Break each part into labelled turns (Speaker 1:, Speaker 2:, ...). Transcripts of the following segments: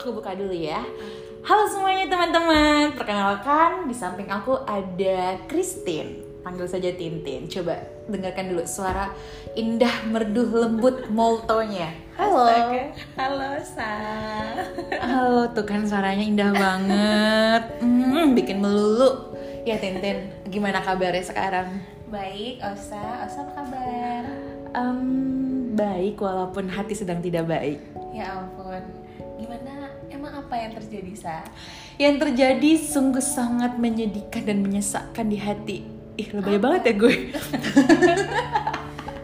Speaker 1: Aku buka dulu ya. Halo semuanya teman-teman. Perkenalkan di samping aku ada Christine. Panggil saja Tintin. Coba dengarkan dulu suara indah, merdu, lembut moltonya. Halo.
Speaker 2: Astaga. Halo Sa.
Speaker 1: Halo, tuh kan suaranya indah banget. Hmm, bikin melulu. Ya Tintin, gimana kabarnya sekarang?
Speaker 2: Baik, Osa. Osa apa kabar?
Speaker 1: Em, baik walaupun hati sedang tidak baik.
Speaker 2: Ya ampun. Gimana? Emang apa yang terjadi Sa?
Speaker 1: Yang terjadi sungguh sangat menyedihkan dan menyesakkan di hati. Ih, lebay banget ya gue.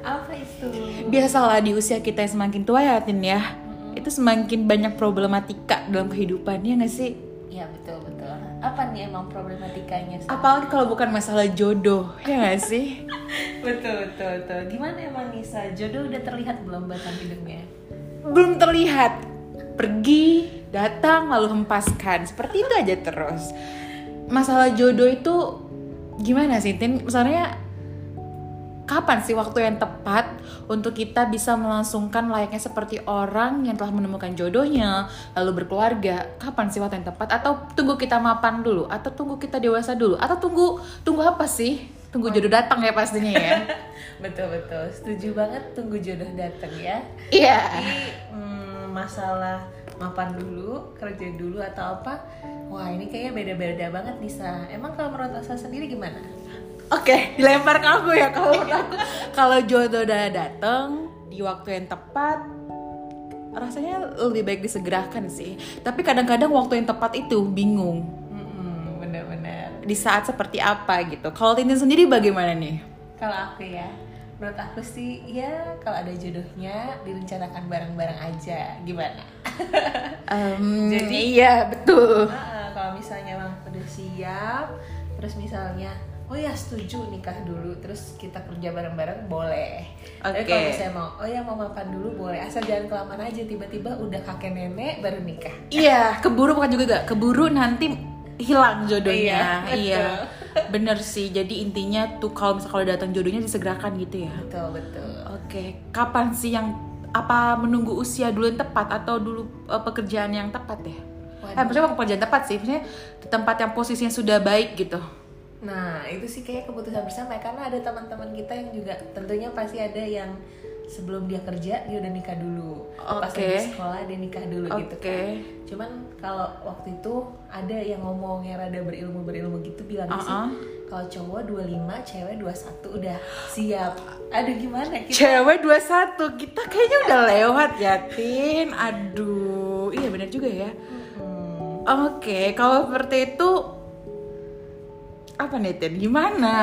Speaker 2: Apa itu?
Speaker 1: Biasalah di usia kita yang semakin tua ya, Tin ya. Itu semakin banyak problematika dalam kehidupan ya nggak sih?
Speaker 2: Ya betul betul. Apa nih emang problematikanya Sa?
Speaker 1: Apalagi kalau bukan masalah jodoh, ya nggak sih?
Speaker 2: Betul betul betul. Gimana emang nih Sa? Jodoh udah terlihat belum batang hidungnya?
Speaker 1: Belum terlihat. Pergi, datang, lalu hempaskan. Seperti itu aja terus. Masalah jodoh itu gimana sih, Tin? Misalnya kapan sih waktu yang tepat untuk kita bisa melangsungkan layaknya seperti orang yang telah menemukan jodohnya lalu berkeluarga kapan sih waktu yang tepat atau tunggu kita mapan dulu atau tunggu kita dewasa dulu atau tunggu tunggu apa sih tunggu jodoh datang ya pastinya ya
Speaker 2: betul betul. Setuju banget tunggu jodoh datang ya.
Speaker 1: iya
Speaker 2: Tapi hmm, masalah mapan dulu, kerja dulu atau apa? Wah ini kayaknya beda-beda banget nih Sa. Emang kalau menurut Osa sendiri gimana?
Speaker 1: Oke, dilempar ke aku ya kalau menurut aku. Kalau jodoh udah dateng di waktu yang tepat, rasanya lebih baik disegerakan sih. Tapi kadang-kadang waktu yang tepat itu bingung
Speaker 2: Mm-mm, Bener-bener.
Speaker 1: di saat seperti apa gitu. Kalau Tintin sendiri bagaimana nih?
Speaker 2: Kalau aku ya, menurut aku sih ya kalau ada jodohnya direncanakan bareng-bareng aja. Gimana?
Speaker 1: Em,
Speaker 2: Jadi-
Speaker 1: iya betul.
Speaker 2: Ah, kalau misalnya emang udah siap, terus misalnya Oh ya setuju nikah dulu, terus kita kerja bareng-bareng boleh.
Speaker 1: Oke.
Speaker 2: Tapi kalau misalnya mau, oh ya mau mapan dulu boleh. Asal jangan kelamaan aja, tiba-tiba udah kakek nenek baru nikah.
Speaker 1: Iya, keburu bukan juga gak? Keburu nanti hilang jodohnya.
Speaker 2: Iya, betul.
Speaker 1: bener sih. Jadi intinya tuh kalau misal kalau datang jodohnya disegerakan gitu ya.
Speaker 2: Betul betul.
Speaker 1: Oke, kapan sih yang apa menunggu usia dulu yang tepat atau dulu eh, pekerjaan yang tepat ya?
Speaker 2: Waduh.
Speaker 1: Eh, maksudnya bukan pekerjaan tepat sih, maksudnya di tempat yang posisinya sudah baik gitu.
Speaker 2: Nah, itu sih kayak keputusan bersama ya, karena ada teman-teman kita yang juga tentunya pasti ada yang sebelum dia kerja dia udah nikah dulu. Pas
Speaker 1: Oke.
Speaker 2: lagi sekolah dia nikah dulu gitu
Speaker 1: Oke.
Speaker 2: kan. Cuman kalau waktu itu ada yang ngomongnya rada berilmu-berilmu gitu bilang sih
Speaker 1: Uh-uh.
Speaker 2: kalau cowok 25, cewek 21 udah siap. Aduh gimana ya, kita?
Speaker 1: Cewek 21, kita kayaknya udah lewat ya, Tin. Aduh, iya benar juga ya.
Speaker 2: Hmm.
Speaker 1: Oke, kalau seperti itu apa nih, Tin? Gimana?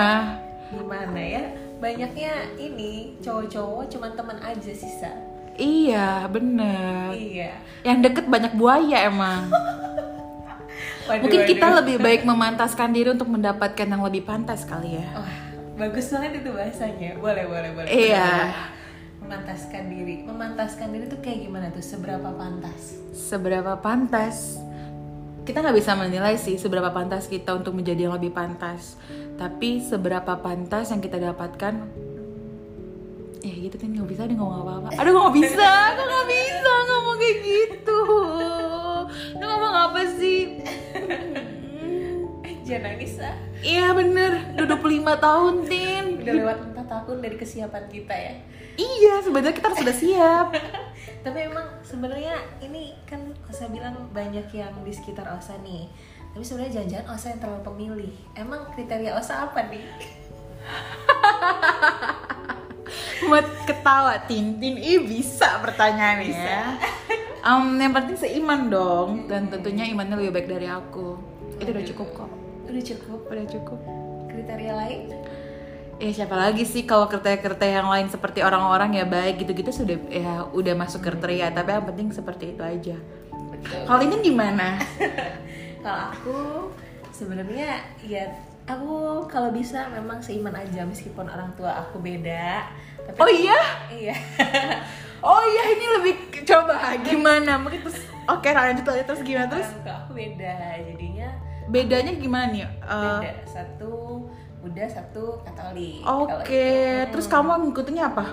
Speaker 2: Gimana ya? Banyaknya ini cowok-cowok cuman teman aja sisa.
Speaker 1: Iya, bener.
Speaker 2: Iya.
Speaker 1: Yang deket banyak buaya emang.
Speaker 2: Waduh,
Speaker 1: Mungkin kita
Speaker 2: waduh.
Speaker 1: lebih baik memantaskan diri untuk mendapatkan yang lebih pantas kali ya.
Speaker 2: Wah, bagus banget itu bahasanya. Boleh, boleh, boleh.
Speaker 1: Iya.
Speaker 2: Memantaskan diri. Memantaskan diri tuh kayak gimana tuh? Seberapa pantas?
Speaker 1: Seberapa pantas? Kita nggak bisa menilai sih seberapa pantas kita untuk menjadi yang lebih pantas. Tapi seberapa pantas yang kita dapatkan? Ya gitu kan nggak bisa deh ngomong apa-apa. Aduh nggak bisa, aku nggak bisa ngomong kayak gitu. Lu ngomong apa sih?
Speaker 2: Eh, jangan nangis ah.
Speaker 1: Iya bener, udah 25 tahun Tin
Speaker 2: Udah lewat 4 tahun dari kesiapan kita ya.
Speaker 1: Iya, sebenarnya kita harus sudah siap
Speaker 2: Tapi emang sebenarnya ini kan Osa bilang banyak yang di sekitar Osa nih. Tapi sebenarnya jangan-jangan Osa yang terlalu pemilih. Emang kriteria Osa apa nih?
Speaker 1: Buat ketawa Tintin, ih bisa pertanyaannya
Speaker 2: Bisa.
Speaker 1: Em, Yang penting seiman dong Dan tentunya imannya lebih baik dari aku Itu udah cukup kok
Speaker 2: Udah cukup.
Speaker 1: Udah cukup
Speaker 2: Kriteria lain?
Speaker 1: Ya siapa lagi sih kalau kriteria-kriteria yang lain seperti orang-orang ya baik gitu-gitu sudah ya udah masuk kriteria Tapi yang penting seperti itu aja
Speaker 2: Betul.
Speaker 1: Kalau ini gimana?
Speaker 2: kalau aku sebenarnya ya aku kalau bisa memang seiman aja meskipun orang tua aku beda tapi
Speaker 1: Oh iya?
Speaker 2: iya
Speaker 1: Oh iya ini lebih ke- coba gimana? Mungkin terus oke lanjut aja terus gimana terus?
Speaker 2: orang tua aku beda jadinya
Speaker 1: Bedanya gimana nih? Eh,
Speaker 2: beda satu Buddha satu
Speaker 1: Oke,
Speaker 2: Katolik Kalau itu.
Speaker 1: terus kamu ngikutinnya apa?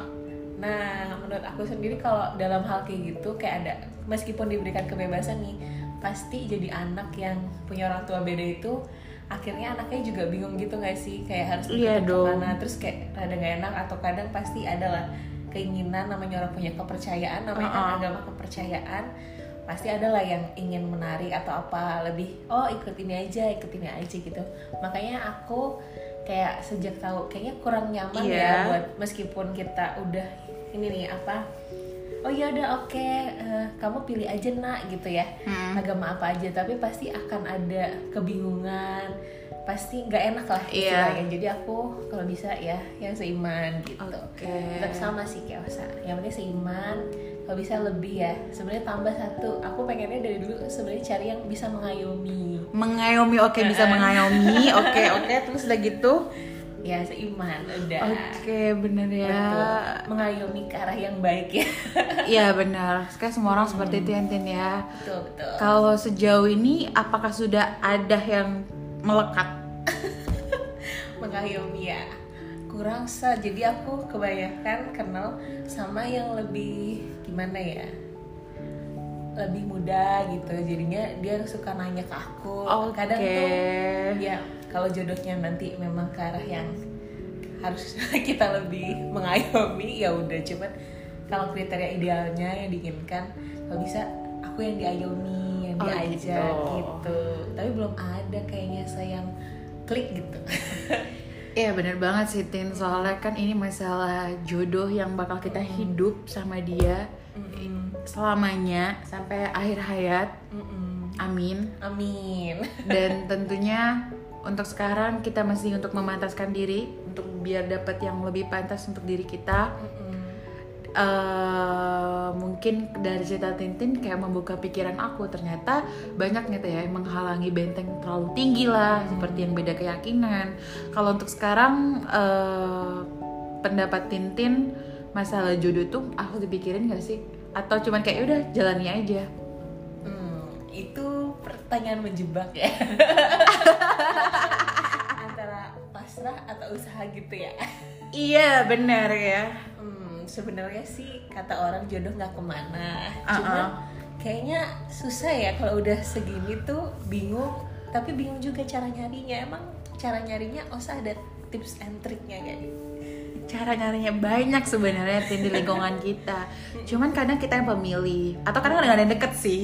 Speaker 2: nah menurut aku sendiri kalau dalam hal kayak gitu kayak ada meskipun diberikan kebebasan nih pasti jadi anak yang punya orang tua beda itu akhirnya anaknya juga bingung gitu gak sih kayak harus
Speaker 1: Iya
Speaker 2: ikut
Speaker 1: dong.
Speaker 2: kemana terus kayak rada gak enak atau kadang pasti adalah keinginan namanya orang punya kepercayaan namanya kan
Speaker 1: Uh-uh.
Speaker 2: agama kepercayaan pasti adalah yang ingin menarik atau apa lebih oh ikut ini aja ikut ini aja gitu makanya aku kayak sejak tahu kayaknya kurang nyaman
Speaker 1: Iya.
Speaker 2: ya buat meskipun kita udah ini nih apa oh ya udah oke eh, kamu pilih aja nak gitu ya
Speaker 1: Hmm.
Speaker 2: agama apa aja tapi pasti akan ada kebingungan pasti nggak enak lah
Speaker 1: Iya.
Speaker 2: istilahnya jadi aku kalau bisa ya yang seiman gitu
Speaker 1: Oke.
Speaker 2: tetap sama sih kayak Osa yang penting seiman kalau bisa lebih ya sebenarnya tambah satu aku pengennya dari dulu sebenarnya cari yang bisa mengayomi
Speaker 1: mengayomi oke
Speaker 2: Eh,
Speaker 1: bisa mengayomi oke oke terus udah gitu
Speaker 2: ya seiman udah
Speaker 1: oke bener ya
Speaker 2: Betul. mengayomi ke arah yang baik ya
Speaker 1: iya bener sekarang semua orang seperti
Speaker 2: Hmm.
Speaker 1: itu ya Tin ya
Speaker 2: betul betul
Speaker 1: kalau sejauh ini apakah sudah ada yang melekat
Speaker 2: mengayomi ya kurang sa jadi aku kebanyakan kenal sama yang lebih gimana ya lebih muda gitu jadinya dia suka nanya ke aku Oh, kadang tuh ya kalau jodohnya nanti memang ke arah yang harus kita lebih mengayomi ya udah cuman kalau kriteria idealnya yang diinginkan kalau bisa aku yang diayomi yang
Speaker 1: Oh,
Speaker 2: diajak
Speaker 1: gitu.
Speaker 2: gitu tapi belum ada kayaknya sayang klik gitu
Speaker 1: Iya bener banget sih Tin Soalnya kan ini masalah jodoh yang bakal
Speaker 2: Hmm.
Speaker 1: kita hidup sama dia gitu.
Speaker 2: Mm-mm.
Speaker 1: Selamanya sampai akhir hayat
Speaker 2: Mm-mm.
Speaker 1: Amin
Speaker 2: Amin.
Speaker 1: Dan tentunya untuk sekarang kita masih untuk memantaskan diri Untuk biar dapat yang lebih pantas untuk diri kita eh Mungkin dari cerita Tintin kayak membuka pikiran aku Ternyata banyak gitu ya yang menghalangi benteng terlalu tinggi lah Seperti yang beda keyakinan Kalau untuk sekarang eh pendapat Tintin masalah jodoh tuh aku dipikirin gak sih? Atau cuman kayak "Ya udah jalani aja
Speaker 2: Hmm, itu pertanyaan menjebak ya. Antara pasrah atau usaha gitu ya.
Speaker 1: Iya benar ya
Speaker 2: Hmm, sebenarnya sih kata orang jodoh nggak kemana.
Speaker 1: Uh-uh.
Speaker 2: Cuman kayaknya susah ya kalau udah segini tuh bingung. Tapi bingung juga cara nyarinya. Emang cara nyarinya Osa ada tips and triknya gak?
Speaker 1: cara nyarinya banyak sebenarnya Tin, di lingkungan kita cuman kadang kita yang pemilih atau kadang kadang ada yang deket sih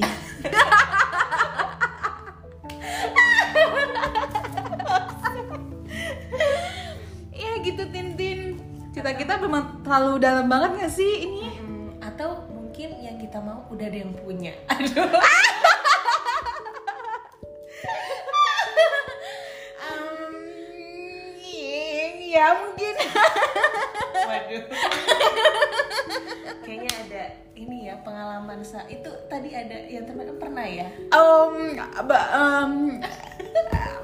Speaker 1: ya gitu Tintin cerita kita memang terlalu dalam banget gak sih ini
Speaker 2: Hmm, atau mungkin yang kita mau udah ada yang punya. Aduh.
Speaker 1: ya mungkin
Speaker 2: Waduh. Kayaknya ada ini ya pengalaman sa itu tadi ada yang teman pernah ya.
Speaker 1: um, ba- um,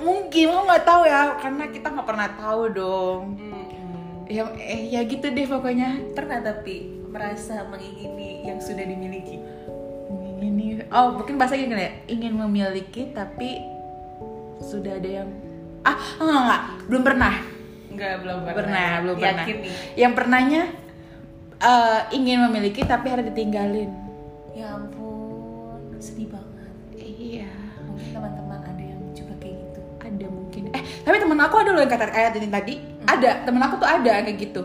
Speaker 1: mungkin lo nggak tahu ya karena kita nggak pernah tahu dong
Speaker 2: Hmm.
Speaker 1: ya eh, ya gitu deh pokoknya
Speaker 2: Pernah tapi merasa mengingini yang sudah dimiliki.
Speaker 1: ini oh mungkin bahasa gini kali ya ingin memiliki tapi sudah ada yang ah enggak, enggak, enggak. belum pernah
Speaker 2: Enggak belum
Speaker 1: pernah, ya, belum pernah
Speaker 2: Yakin nih.
Speaker 1: yang pernahnya eh, ingin memiliki tapi harus ditinggalin
Speaker 2: Ya ampun, sedih banget.
Speaker 1: iya
Speaker 2: Mungkin teman-teman ada yang juga kayak gitu.
Speaker 1: ada mungkin eh tapi temen aku ada loh yang kata kayak tadi tadi ada temen aku tuh ada kayak gitu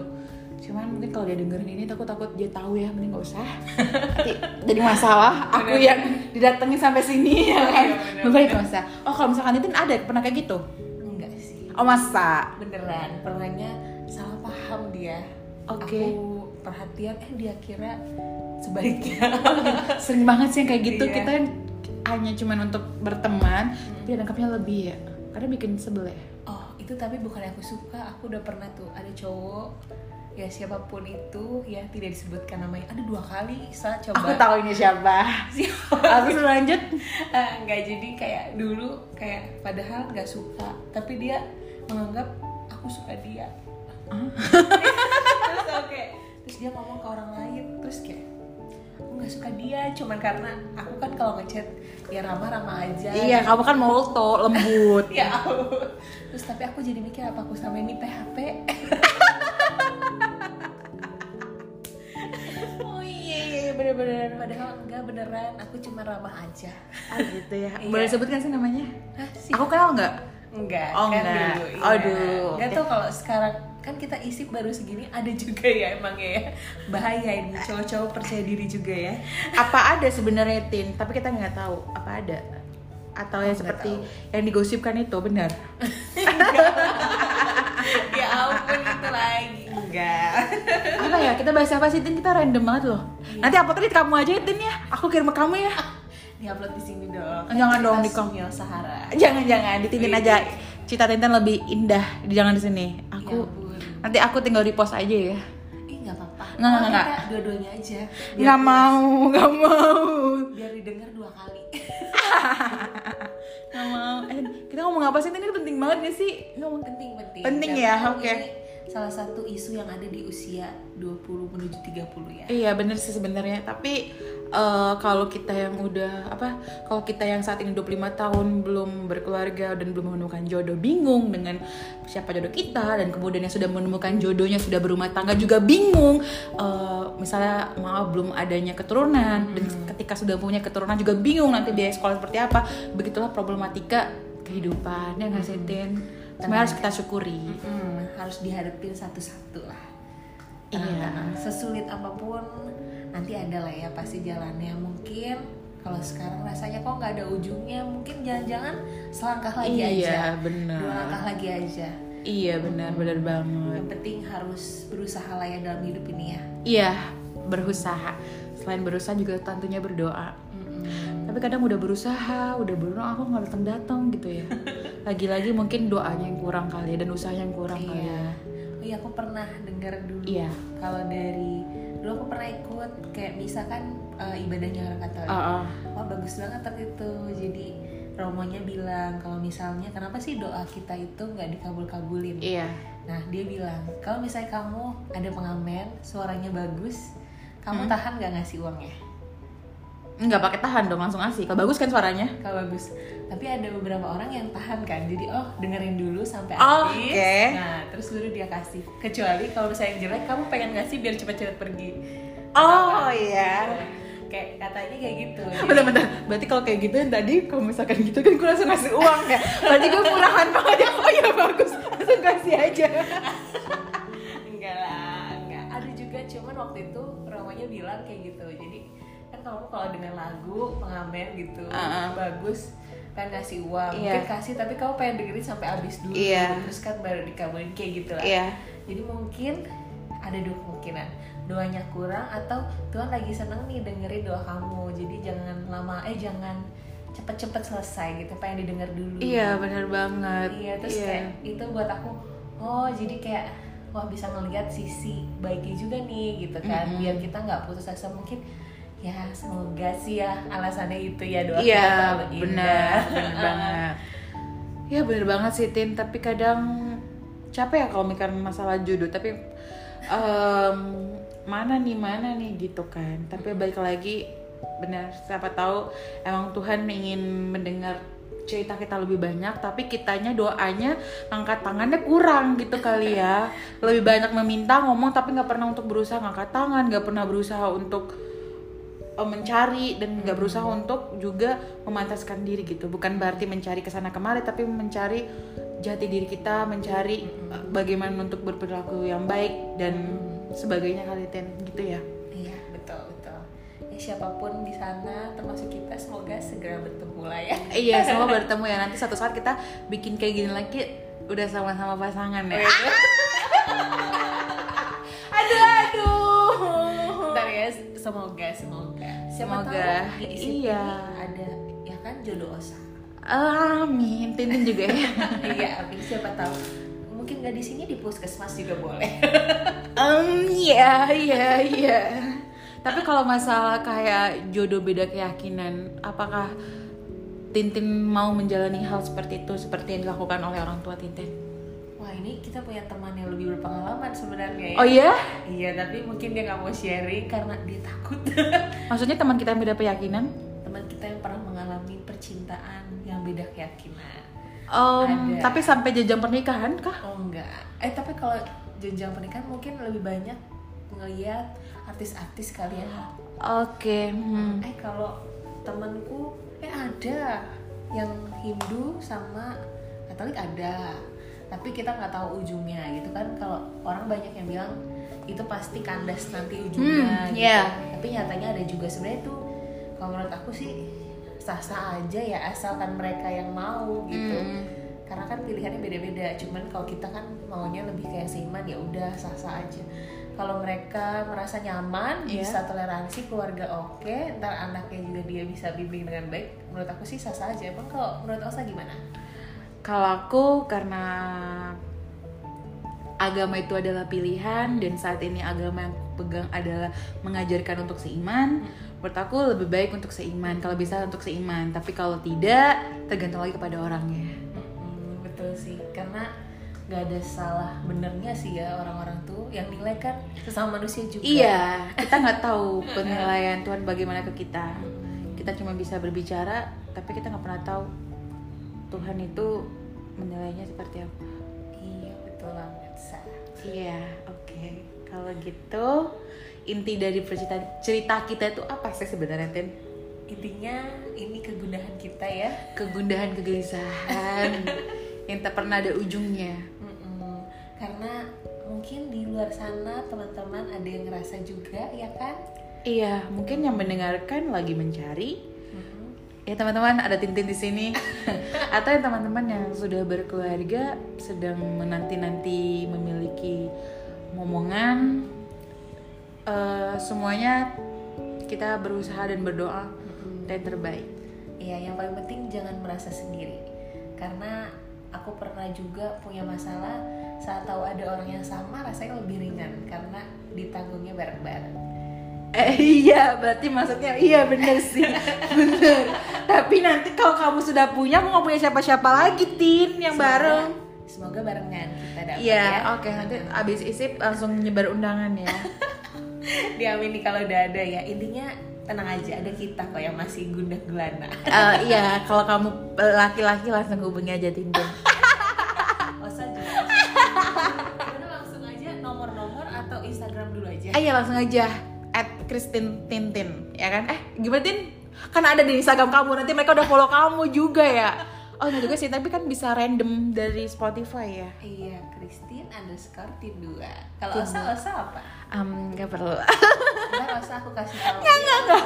Speaker 1: cuman mungkin kalau dia dengerin ini takut takut dia tahu ya mending gak usah Nanti jadi masalah aku
Speaker 2: Bener.
Speaker 1: yang didatangi sampai sini ya kan
Speaker 2: Iya, bener,
Speaker 1: mungkin itu masa oh kalau misalkan itu ada pernah kayak gitu
Speaker 2: Enggak sih.
Speaker 1: oh masa
Speaker 2: beneran pernahnya salah paham dia
Speaker 1: Oke.
Speaker 2: aku perhatian eh dia kira sebaliknya
Speaker 1: sering banget sih yang kayak gitu
Speaker 2: Iya.
Speaker 1: kita hanya cuman untuk berteman tapi nangkapnya lebih ya karena bikin sebel ya
Speaker 2: oh itu tapi bukan yang aku suka aku udah pernah tuh ada cowok ya siapapun itu ya tidak disebutkan namanya ada dua kali saya
Speaker 1: aku
Speaker 2: coba
Speaker 1: tahu ini siapa aku lanjut
Speaker 2: Eh, nggak jadi kayak dulu kayak padahal nggak suka tapi dia menganggap aku suka dia
Speaker 1: Ah.
Speaker 2: terus oke terus dia ngomong ke orang lain terus kayak aku nggak suka dia cuman karena aku kan kalau ngechat ya ramah-ramah aja
Speaker 1: iya kamu kan molto lembut
Speaker 2: ya ampun. terus tapi aku jadi mikir apa aku sama ini PHP
Speaker 1: Oh iya iya iya, bener bener-bener
Speaker 2: Padahal enggak beneran, aku cuma ramah aja.
Speaker 1: ah gitu ya
Speaker 2: Iya.
Speaker 1: boleh sebut kan sih namanya
Speaker 2: Hah, sih?
Speaker 1: aku kenal nggak
Speaker 2: Oh, Enggak,
Speaker 1: Oh,
Speaker 2: kan
Speaker 1: enggak.
Speaker 2: dulu.
Speaker 1: Aduh.
Speaker 2: Enggak tahu kalau sekarang kan kita isip baru segini ada juga ya emangnya ya. Bahaya ini cowok-cowok percaya diri juga ya.
Speaker 1: apa ada sebenarnya tin tapi kita nggak tahu apa ada atau yang
Speaker 2: Oh, nggak
Speaker 1: seperti
Speaker 2: tahu.
Speaker 1: yang digosipkan itu benar
Speaker 2: ya ampun itu lagi. Enggak.
Speaker 1: apa ya kita bahas apa sih tin kita random banget loh
Speaker 2: Iya.
Speaker 1: nanti apa tadi kamu aja ya, tin ya aku kirim ke kamu ya
Speaker 2: Diupload di sini dong.
Speaker 1: Jangan dong, ya, di kom.
Speaker 2: Komio Sahara.
Speaker 1: jangan jangan ditinin aja cita tintin lebih indah di- jangan di sini aku
Speaker 2: Ya ampun.
Speaker 1: nanti aku tinggal di post aja ya
Speaker 2: Ih, enggak apa-apa.
Speaker 1: Enggak,
Speaker 2: Oh,
Speaker 1: enggak,
Speaker 2: kita Dua-duanya aja. Biar-
Speaker 1: nggak mau nggak mau
Speaker 2: biar didengar dua kali.
Speaker 1: nggak mau Eh, kita ngomong apa sih Tin? ini penting banget gak sih ngomong
Speaker 2: penting penting
Speaker 1: Penting
Speaker 2: Dan
Speaker 1: ya,
Speaker 2: kan
Speaker 1: oke.
Speaker 2: ini salah satu isu yang ada di usia 20 menuju 30 ya
Speaker 1: Iya bener sih sebenarnya tapi eh, kalau kita yang udah apa kalau kita yang saat ini 25 tahun belum berkeluarga dan belum menemukan jodoh bingung dengan siapa jodoh kita dan kemudian yang sudah menemukan jodohnya sudah berumah tangga juga bingung Eh, misalnya maaf belum adanya keturunan dan ketika sudah punya keturunan juga bingung nanti biaya sekolah seperti apa begitulah problematika kehidupan ya yang ngasihin Sebenarnya harus kita syukuri
Speaker 2: Mm, harus dihadapin satu-satu lah
Speaker 1: Iya.
Speaker 2: Tantangan. sesulit apapun nanti ada lah ya pasti jalannya mungkin kalau sekarang rasanya kok nggak ada ujungnya mungkin jangan-jangan selangkah lagi
Speaker 1: Iya,
Speaker 2: aja
Speaker 1: benar.
Speaker 2: dua langkah lagi aja
Speaker 1: iya benar benar banget
Speaker 2: yang penting harus berusaha lah ya dalam hidup ini ya
Speaker 1: Iya, berusaha. Selain berusaha juga tentunya berdoa.
Speaker 2: Mm-mm.
Speaker 1: Tapi kadang udah berusaha, udah berdoa "Ah, aku nggak datang datang gitu ya. Lagi-lagi mungkin doanya yang kurang kali ya, dan usahanya yang kurang kali
Speaker 2: Iya.
Speaker 1: ya.
Speaker 2: Oh iya aku pernah dengar dulu.
Speaker 1: Iya.
Speaker 2: Kalau dari dulu aku pernah ikut kayak misalkan eh, ibadahnya orang Katolik.
Speaker 1: Ah, ah.
Speaker 2: Wah bagus banget waktu itu. Jadi romonya bilang kalau misalnya kenapa sih doa kita itu nggak dikabul-kabulin?
Speaker 1: Iya.
Speaker 2: Nah dia bilang kalau misalnya kamu ada pengamen suaranya bagus, kamu
Speaker 1: Hmm.
Speaker 2: tahan nggak ngasih uangnya?
Speaker 1: Nggak pakai tahan dong, langsung asik. Kalau bagus kan suaranya.
Speaker 2: Kalau bagus. Tapi ada beberapa orang yang tahan kan. Jadi oh dengerin dulu sampai
Speaker 1: Oh,
Speaker 2: habis.
Speaker 1: oke.
Speaker 2: Nah, terus baru dia kasih. Kecuali kalau misalnya yang jelek kamu pengen ngasih biar cepat-cepat pergi.
Speaker 1: Oh iya.
Speaker 2: Kayak katanya kayak gitu.
Speaker 1: Bentar, bentar. Berarti kalau kayak gitu yang tadi, kalau misalkan gitu kan gue langsung ngasih uang ya. Berarti gue murahan banget ya. Oh iya bagus, langsung kasih aja.
Speaker 2: enggak lah, enggak. Ada juga cuman waktu itu Romanya bilang kayak gitu. Jadi kan kamu kalau dengan lagu pengamen gitu
Speaker 1: Ah, ah.
Speaker 2: bagus pengen ngasih uang
Speaker 1: Iya.
Speaker 2: mungkin kasih tapi kamu pengen dengerin sampai habis dulu
Speaker 1: Iya.
Speaker 2: terus kan baru dikabulin kayak gitu lah
Speaker 1: Iya.
Speaker 2: Jadi mungkin ada dua kemungkinan doanya kurang atau Tuhan lagi seneng nih dengerin doa kamu jadi jangan lama eh jangan cepet-cepet selesai gitu pengen didengar dulu
Speaker 1: Iya, benar banget.
Speaker 2: iya terus kayak itu buat aku oh jadi kayak wah bisa ngelihat sisi baiknya juga nih gitu kan
Speaker 1: Mm-mm.
Speaker 2: biar kita nggak putus asa mungkin ya semoga sih ya alasannya itu ya doa
Speaker 1: Iya,
Speaker 2: kita terlalu
Speaker 1: benar,
Speaker 2: indah.
Speaker 1: benar banget. Ya benar banget sih Tin, tapi kadang capek ya kalau mikirin masalah jodoh, tapi em, mana nih mana nih gitu kan. Tapi balik lagi benar siapa tahu emang Tuhan ingin mendengar cerita kita lebih banyak tapi kitanya doanya angkat tangannya kurang gitu kali ya lebih banyak meminta ngomong tapi nggak pernah untuk berusaha ngangkat tangan nggak pernah berusaha untuk eh, mencari dan nggak berusaha untuk juga memantaskan diri gitu bukan berarti mencari kesana kemari tapi mencari jati diri kita mencari eh, bagaimana untuk berperilaku yang baik dan sebagainya kali Tin. gitu ya
Speaker 2: Iya betul betul. Ya, siapapun di sana termasuk kita semoga segera bertemu lah ya.
Speaker 1: iya semua bertemu ya nanti satu saat kita bikin kayak gini lagi udah sama-sama pasangan ya aduh aduh
Speaker 2: Bentar ya semoga semoga. Siapa
Speaker 1: Semoga.
Speaker 2: tahu di sini
Speaker 1: Iya.
Speaker 2: ada ya kan jodoh osa.
Speaker 1: amin Tintin juga ya
Speaker 2: Iya tapi siapa tahu mungkin nggak di sini di puskesmas juga boleh.
Speaker 1: Um, ya, ya, ya. Tapi kalau masalah kayak jodoh beda keyakinan, apakah Tintin mau menjalani hal seperti itu seperti yang dilakukan oleh orang tua Tintin?
Speaker 2: Wah ini kita punya teman yang lebih berpengalaman sebenarnya ya.
Speaker 1: Oh iya?
Speaker 2: Iya tapi mungkin dia nggak mau sharing karena dia takut.
Speaker 1: Maksudnya teman kita yang beda keyakinan?
Speaker 2: teman kita yang pernah mengalami percintaan yang beda keyakinan.
Speaker 1: Um,
Speaker 2: Ada.
Speaker 1: tapi sampai jenjang pernikahan kah?
Speaker 2: Oh enggak. Eh tapi kalau jenjang pernikahan mungkin lebih banyak ngeliat artis-artis ya. kalian
Speaker 1: Oke. hmm.
Speaker 2: eh kalau temenku eh ada yang Hindu sama Katolik ada tapi kita nggak tahu ujungnya gitu kan kalau orang banyak yang bilang itu pasti kandas nanti ujungnya
Speaker 1: Hmm,
Speaker 2: gitu
Speaker 1: iya.
Speaker 2: tapi nyatanya ada juga sebenarnya itu kalau menurut aku sih sah-sah aja ya asalkan mereka yang mau gitu
Speaker 1: Hmm.
Speaker 2: karena kan pilihannya beda-beda cuman kalau kita kan maunya lebih kayak seiman ya udah sah-sah aja kalau mereka merasa nyaman
Speaker 1: Iya.
Speaker 2: bisa toleransi keluarga oke ntar anaknya juga dia bisa bimbing dengan baik menurut aku sih sah-sah aja emang kalau menurut Osa gimana
Speaker 1: Kalau aku karena agama itu adalah pilihan dan saat ini agama yang aku pegang adalah mengajarkan untuk seiman. Menurut aku lebih baik untuk seiman kalau bisa untuk seiman. Tapi kalau tidak tergantung lagi kepada orangnya.
Speaker 2: Mm, betul sih karena nggak ada salah benernya sih ya orang-orang tuh yang nilai kan sesama manusia juga
Speaker 1: Iya, kita nggak tahu penilaian Tuhan bagaimana ke kita. Kita cuma bisa berbicara, tapi kita nggak pernah tahu Tuhan itu menilainya seperti apa.
Speaker 2: iya betul banget Sa.
Speaker 1: Iya, oke. Kalau gitu, inti dari cerita cerita kita itu apa sih sebenarnya, Tin?
Speaker 2: intinya ini kegundahan kita ya
Speaker 1: Kegundahan, kegelisahan yang tak pernah ada ujungnya.
Speaker 2: Mm-mm. Karena mungkin di luar sana teman-teman ada yang ngerasa juga ya kan?
Speaker 1: Iya, mungkin yang mendengarkan lagi mencari. Ya teman-teman, ada Tintin di sini. Atau yang teman-teman yang sudah berkeluarga sedang menanti-nanti memiliki momongan. Eh, semuanya kita berusaha dan berdoa dan terbaik.
Speaker 2: Iya, yang paling penting jangan merasa sendiri. Karena aku pernah juga punya masalah saat tahu ada orang yang sama rasanya lebih ringan karena ditanggungnya bareng-bareng.
Speaker 1: Eh, iya, berarti maksudnya iya bener sih, bener. Tapi nanti kalau kamu sudah punya, aku nggak punya siapa-siapa lagi, Tin, yang
Speaker 2: Semoga-
Speaker 1: bareng.
Speaker 2: Iya. Semoga barengan kita dapat
Speaker 1: Iya,
Speaker 2: ya.
Speaker 1: oke. Nanti abis isip langsung nyebar undangan ya.
Speaker 2: Diamini kalau udah ada ya. Intinya tenang aja, ada kita kok yang masih gundah gulana.
Speaker 1: Eh, iya, kalau kamu eh, laki-laki langsung hubungi aja Tintin.
Speaker 2: Osa juga. Udah langsung aja nomor-nomor atau Instagram dulu aja.
Speaker 1: Eh, iya langsung aja. At Christine Tintin, ya kan? Eh, gimana Tin? Kan ada di Instagram kamu, nanti mereka udah follow kamu juga ya. Oh, enggak juga sih, tapi kan bisa random dari Spotify ya.
Speaker 2: Iya, Christine underscore tim dua. Kalau Osa, Osa apa?
Speaker 1: Um, gak perlu.
Speaker 2: Ntar Osa aku kasih tahu. Enggak, enggak,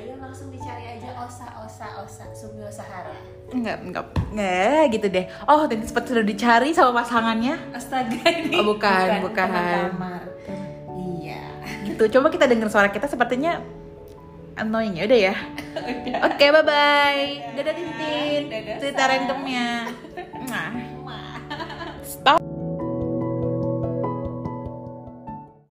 Speaker 2: Ayo langsung dicari aja Osa, Osa, Osa, Sumio Sahara.
Speaker 1: Enggak, enggak, enggak gitu deh. Oh, tadi sempat sudah dicari sama pasangannya.
Speaker 2: Astaga ini.
Speaker 1: Oh, bukan, bukan.
Speaker 2: teman Kamar. Iya.
Speaker 1: Gitu. Coba kita dengar suara kita sepertinya annoying ya udah ya. Oke, bye-bye. Dadah Tintin.
Speaker 2: Dadah,
Speaker 1: Cerita
Speaker 2: Sar.
Speaker 1: randomnya. Mwah.